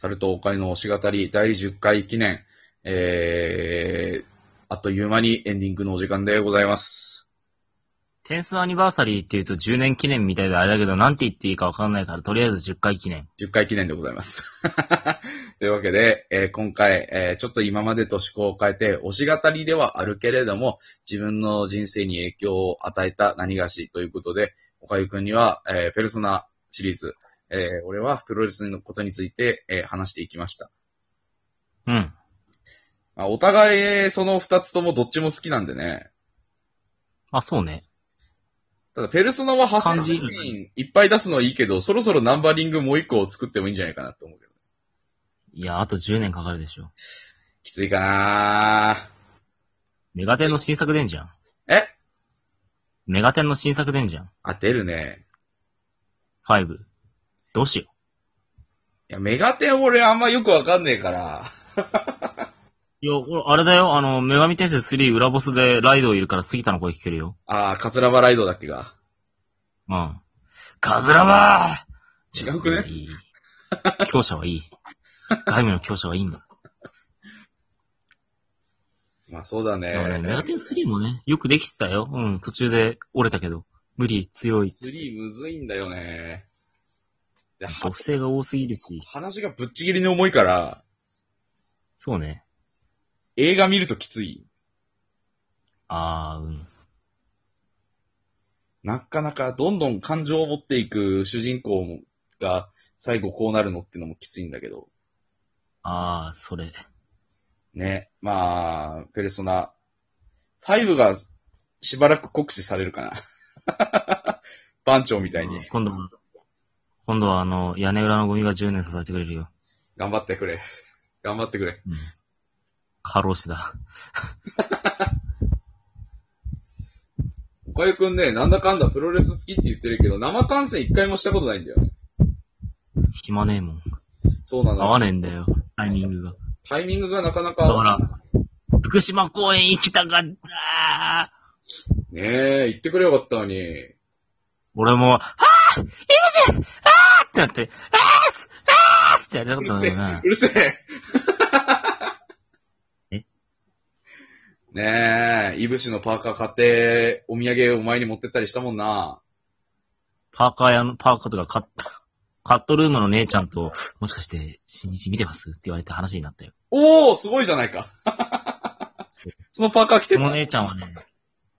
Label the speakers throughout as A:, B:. A: タルトオーカイの推し語り第10回記念、えー、あっという間にエンディングのお時間でございます。
B: 点数アニバーサリーって言うと10年記念みたいであれだけど、なんて言っていいかわかんないから、とりあえず10回記念。
A: 10回記念でございます。 というわけで、えー今回、えーちょっと今までと趣向を変えて、推し語りではあるけれども、自分の人生に影響を与えた何がしということで、おかゆくんには、えーペルソナシリーズ、えー俺はプロレスのことについて、えー話していきました。
B: うん。
A: まあ、お互い、その二つともどっちも好きなんでね。
B: あ、そうね。
A: ただ、ペルソナは派生
B: 感じ
A: 作品いっぱい出すのはいいけど、そろそろナンバリングもう一個を作ってもいいんじゃないかなと思うけど。
B: いや、あと10年かかるでしょ。
A: きついかな
B: メガテンの新作出んじゃん。
A: え
B: メガテンの新作出んじゃん。
A: あ、出るね。
B: 5。どうしよ
A: いや、メガテン俺あんまよくわかんねえから。
B: う。いや、俺あれだよ、あの、女神転生3裏ボスでライドいるから杉田の声聞けるよ。
A: あー、カツラバライドだっけが。
B: うん。カズラバー
A: 違うくね
B: いい。強者はいい。外務の強者はいいんだ。
A: まあそうだ
B: でもね、メガ
A: ね。
B: テン3もね、よくできてたよ。うん、途中で折れたけど。無理、強い。
A: 3むずいんだよね。で、は
B: 属性が多すぎるし。
A: 話がぶっちぎりに重いから、
B: そうね。
A: 映画見るときつい。
B: あー、うん。
A: なかなかどんどん感情を持っていく主人公が最後こうなるのってのもきついんだけど。
B: あー、それ。
A: ね。まあ、ペルソナ。5がしばらく酷使されるかな。 番長みたいに。
B: 今度は、今度はあの、屋根裏のゴミが10年支えてくれるよ。
A: 頑張ってくれ。 頑張ってくれ。
B: うん。過労死だ。
A: 岡井くんね、なんだかんだプロレス好きって言ってるけど、生観戦一回もしたことないんだよね。
B: 暇ねえもん。
A: そうな
B: 合わ
A: の。
B: ねえんだよ。タイミングが。
A: タイミングがなかな
B: だから
A: か。、
B: 福島公園行きたかった
A: ねえ、言ってくれよかったのに。
B: 俺も、あーいるぜあーってなって、あーすあーすってやりたか
A: う
B: っ
A: る
B: たん
A: せえ
B: だ よな、
A: う。るせえ。
B: え
A: ねえ、イブシのパーカー買って、お土産お前に持ってったりしたもんな。
B: パーカー屋の、パーカーとかカット、カットルームの姉ちゃんと、もしかして、新日見てますって言われて話になったよ。
A: おー、すごいじゃないか。
B: そう
A: そのパーカー着て
B: そ
A: る
B: の姉ちゃんはね、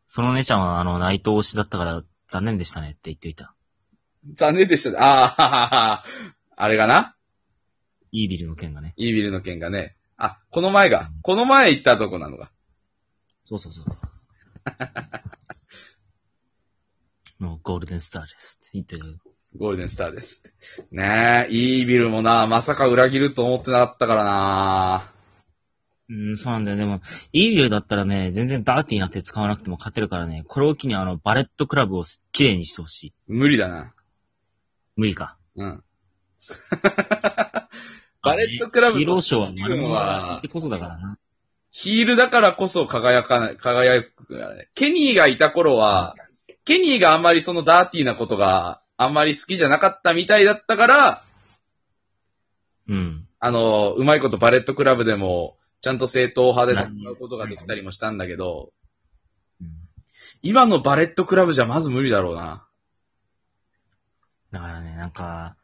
B: その姉ちゃんはあの、内藤推しだったから、残念でしたねって言っておいた。
A: 残念でしたね。あーははは。あれがな。
B: イービルの件がね。
A: イービルの件がね。あ、この前が。この前行ったとこなのが。
B: そうそうそう。 もうゴールデンスターですって言ってる。
A: ゴールデンスターです。ねえ、イービルもな、まさか裏切ると思ってなかったからな。
B: うん、そうなんだよ。でも、イービルだったらね、全然ダーティーな手使わなくても勝てるからね、これを機にあの、バレットクラブを綺麗にしてほしい。
A: 無理だな。
B: 無理か。
A: うん。バレットクラブの
B: ヒーローショーは丸物がってことだからな。
A: ヒールだからこそ輝かない、輝くからね。ケニーがいた頃は、ケニーがあんまりそのダーティーなことがあんまり好きじゃなかったみたいだったから、
B: うん。
A: あの、うまいことバレットクラブでも、ちゃんと正統派で戦うことができたりもしたんだけど、今のバレットクラブじゃまず無理だろうな。
B: だからね、なんか、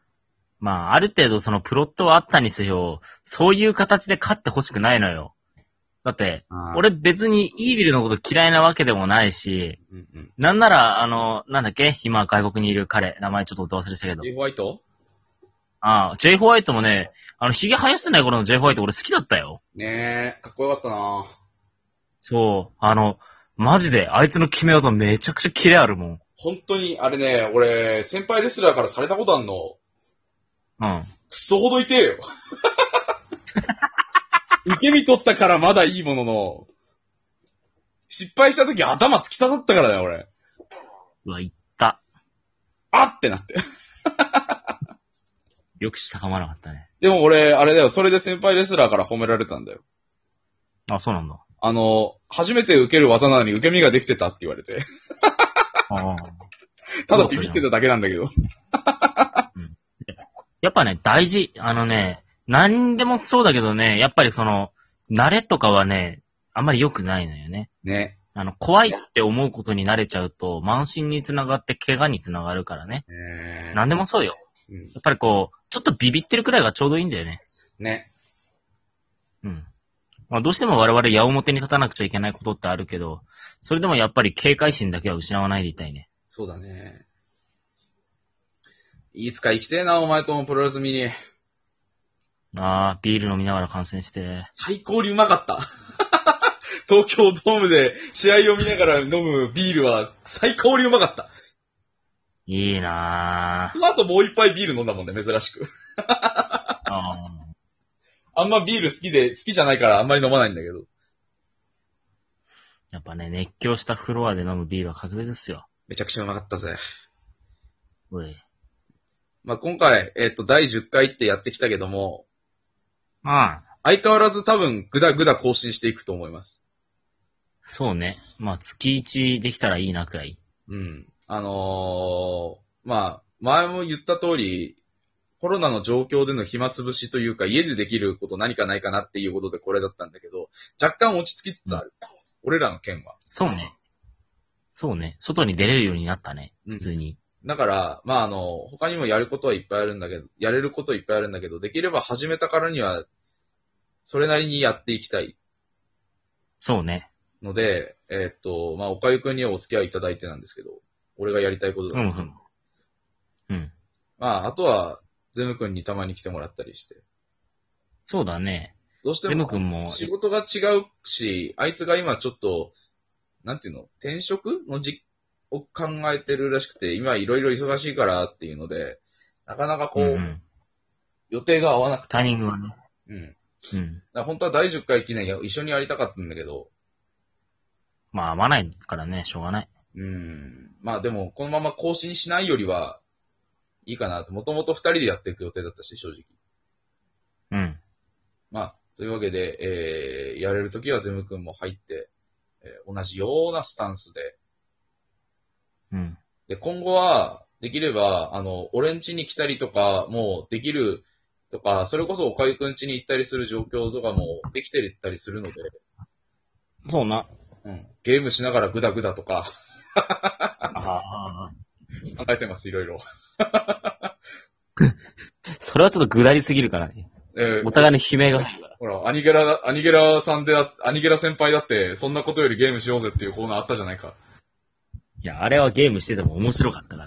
B: まあ、ある程度そのプロットはあったにせよ、そういう形で勝ってほしくないのよ。だって、俺別にイービルのこと嫌いなわけでもないし、
A: うんうん。
B: なんなら、あの、なんだっけ今外国にいる彼、名前ちょっと忘れしたけど。
A: ジェイホワイト
B: ああ、ジェイホワイトもね、あの、髭生やしてない頃のジェイホワイト俺好きだったよ。
A: ねえ、かっこよかったな
B: そう、あの、マジで、あいつの決め技めちゃくちゃキレあるもん。
A: 本当に、あれね、俺、先輩レスラーからされたことあんの。
B: うん。
A: クソほど痛えよ。受け身取ったからまだいいものの、失敗した時頭突き刺さったからだよ、俺。
B: うわ、いった。
A: あってなって。
B: よくしたかまなかったね。
A: でも俺、あれだよ、それで先輩レスラーから褒められたんだよ。
B: あ、そうなんだ。
A: あの、初めて受ける技なのに受け身ができてたって言われて。
B: ああ。
A: ただビビってただけなんだけど。
B: やっぱね、大事。あのね、何でもそうだけどね、やっぱりその、慣れとかはね、あんまり良くないのよね。
A: ね。
B: あの、怖いって思うことに慣れちゃうと、慢心につながって怪我につながるからね。
A: えー
B: 何でもそうよ。
A: うん
B: やっぱりこう、ちょっとビビってるくらいがちょうどいいんだよね。
A: ね。
B: うん。まあ、どうしても我々矢面に立たなくちゃいけないことってあるけど、それでもやっぱり警戒心だけは失わないでいたいね。
A: そうだね。いつか行きてえな、お前ともプロレス見に。
B: ああ、ビール飲みながら観戦して。
A: 最高にうまかった。 東京ドームで試合を見ながら飲むビールは最高にうまかった。
B: いいな
A: その後もう一杯ビール飲んだもんね、珍しく。
B: ああー
A: あんまビール好きで、好きじゃないからあんまり飲まないんだけど。
B: やっぱね、熱狂したフロアで飲むビールは格別っすよ。
A: めちゃくちゃうまかったぜ。
B: おい。
A: まあ、今回、えっ、と、第10回ってやってきたけども、
B: まあ、
A: 相変わらず多分、ぐだぐだ更新していくと思います。
B: そうね。まあ、月1できたらいいなくらい。
A: うん。あのーまあ、前も言った通り、コロナの状況での暇つぶしというか、家でできること何かないかなっていうことでこれだったんだけど、若干落ち着きつつある。俺らの件は。
B: そうね。そうね。外に出れるようになったね。
A: うん
B: 普通に。
A: だから、まあ、あの、他にもやることはいっぱいあるんだけど、やれることいっぱいあるんだけど、できれば始めたからには、それなりにやっていきたい
B: そうね。
A: ので、えーっと、まあ、おかゆくんにはお付き合いいただいてなんですけど、俺がやりたいことだ。
B: うんうん。うん。
A: まあ、あとは、ゼムくんにたまに来てもらったりして。
B: そうだね。
A: どうして
B: デム
A: も、
B: 君も、
A: 仕事が違うし、あいつが今ちょっと、なんていうの、転職のじ、を考えてるらしくて、今いろいろ忙しいからっていうので、なかなかこ
B: う
A: う、
B: んうん、
A: 予定が合わなくて。
B: タイミングはね。
A: うん。
B: うん。
A: だから本当は第10回記念一緒にやりたかったんだけど、
B: まあ、合わないからね、しょうがない。
A: うん。まあでも、このまま更新しないよりは、いいかなと。もともと二人でやっていく予定だったし、正直。
B: うん。
A: まあ、というわけで、えー、やれるときはゼム君も入って、えー同じようなスタンスで。
B: うん。
A: で、今後は、できれば、あの、俺ん家に来たりとか、もうできるとか、それこそおかゆくん家に行ったりする状況とかもできてったりするので、
B: そうな。
A: うん。ゲームしながらグダグダとか、
B: ああ。
A: 考えてます、いろいろ。
B: それはちょっとぐだりすぎるからね。
A: えー
B: お互いの悲鳴が入るから。
A: ほら、アニゲラ、アニゲラさんであ、アニゲラ先輩だって、そんなことよりゲームしようぜっていうコーナーあったじゃないか。
B: いや、あれはゲームしてても面白かったか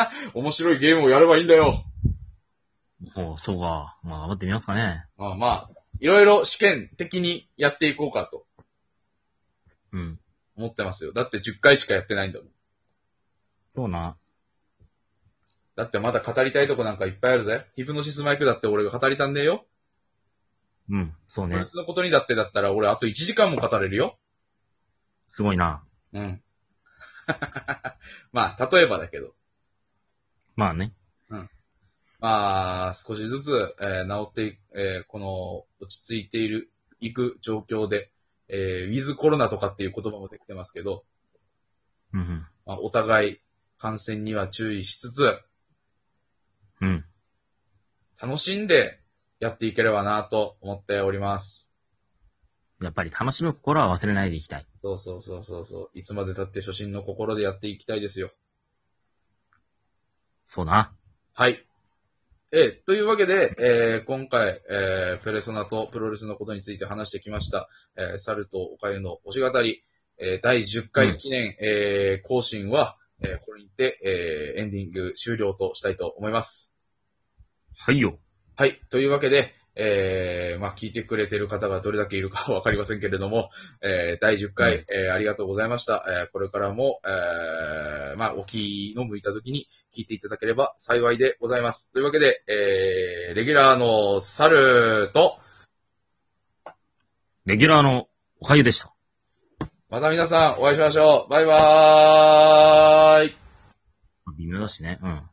B: ら。
A: 面白いゲームをやればいいんだよ。
B: おうそうか。まあ、頑張ってみますかね。
A: まあまあ、いろいろ試験的にやっていこうかと
B: うん。
A: 思ってますよ。だって10回しかやってないんだもん。
B: そうな。
A: だってまだ語りたいとこなんかいっぱいあるぜ。ヒプノシスマイクだって俺が語りたんねえよ。
B: うん。そう
A: プ
B: ね
A: ロレ。スのことにだってだったら俺あと1時間も語れるよ。
B: すごいな。
A: うん。 まあ、例えばだけど。
B: まあね。
A: まあ、少しずつ、えー治ってい、えーこの、落ち着いている、いく状況で、えー、ウィズコロナとかっていう言葉もできてますけど、
B: うん
A: まあ、お互い感染には注意しつつ、
B: うん。うん。
A: 楽しんでやっていければなと思っております。
B: やっぱり楽しむ心は忘れないでいきたい。
A: そうそうそうそうそう。いつまで経って初心の心でやっていきたいですよ。
B: そうな。
A: はい。えーというわけで、えー今回、えーペルソナとプロレスのことについて話してきました。えー猿とおかゆの推し語り、えー第10回記念、えー更新は、えーこれにて、えーエンディング終了としたいと思います。
B: はいよ。
A: はい。というわけで、えーまあ、聞いてくれてる方がどれだけいるかわかりませんけれども、えー第10回、
B: うん
A: えーありがとうございました。えーこれからも、えーまあ、お気の向いた時に聞いていただければ幸いでございます。というわけで、えーレギュラーの猿と、
B: レギュラーのおかゆでした。
A: また皆さんお会いしましょう。バイバーイ
B: 微妙だしね。うん。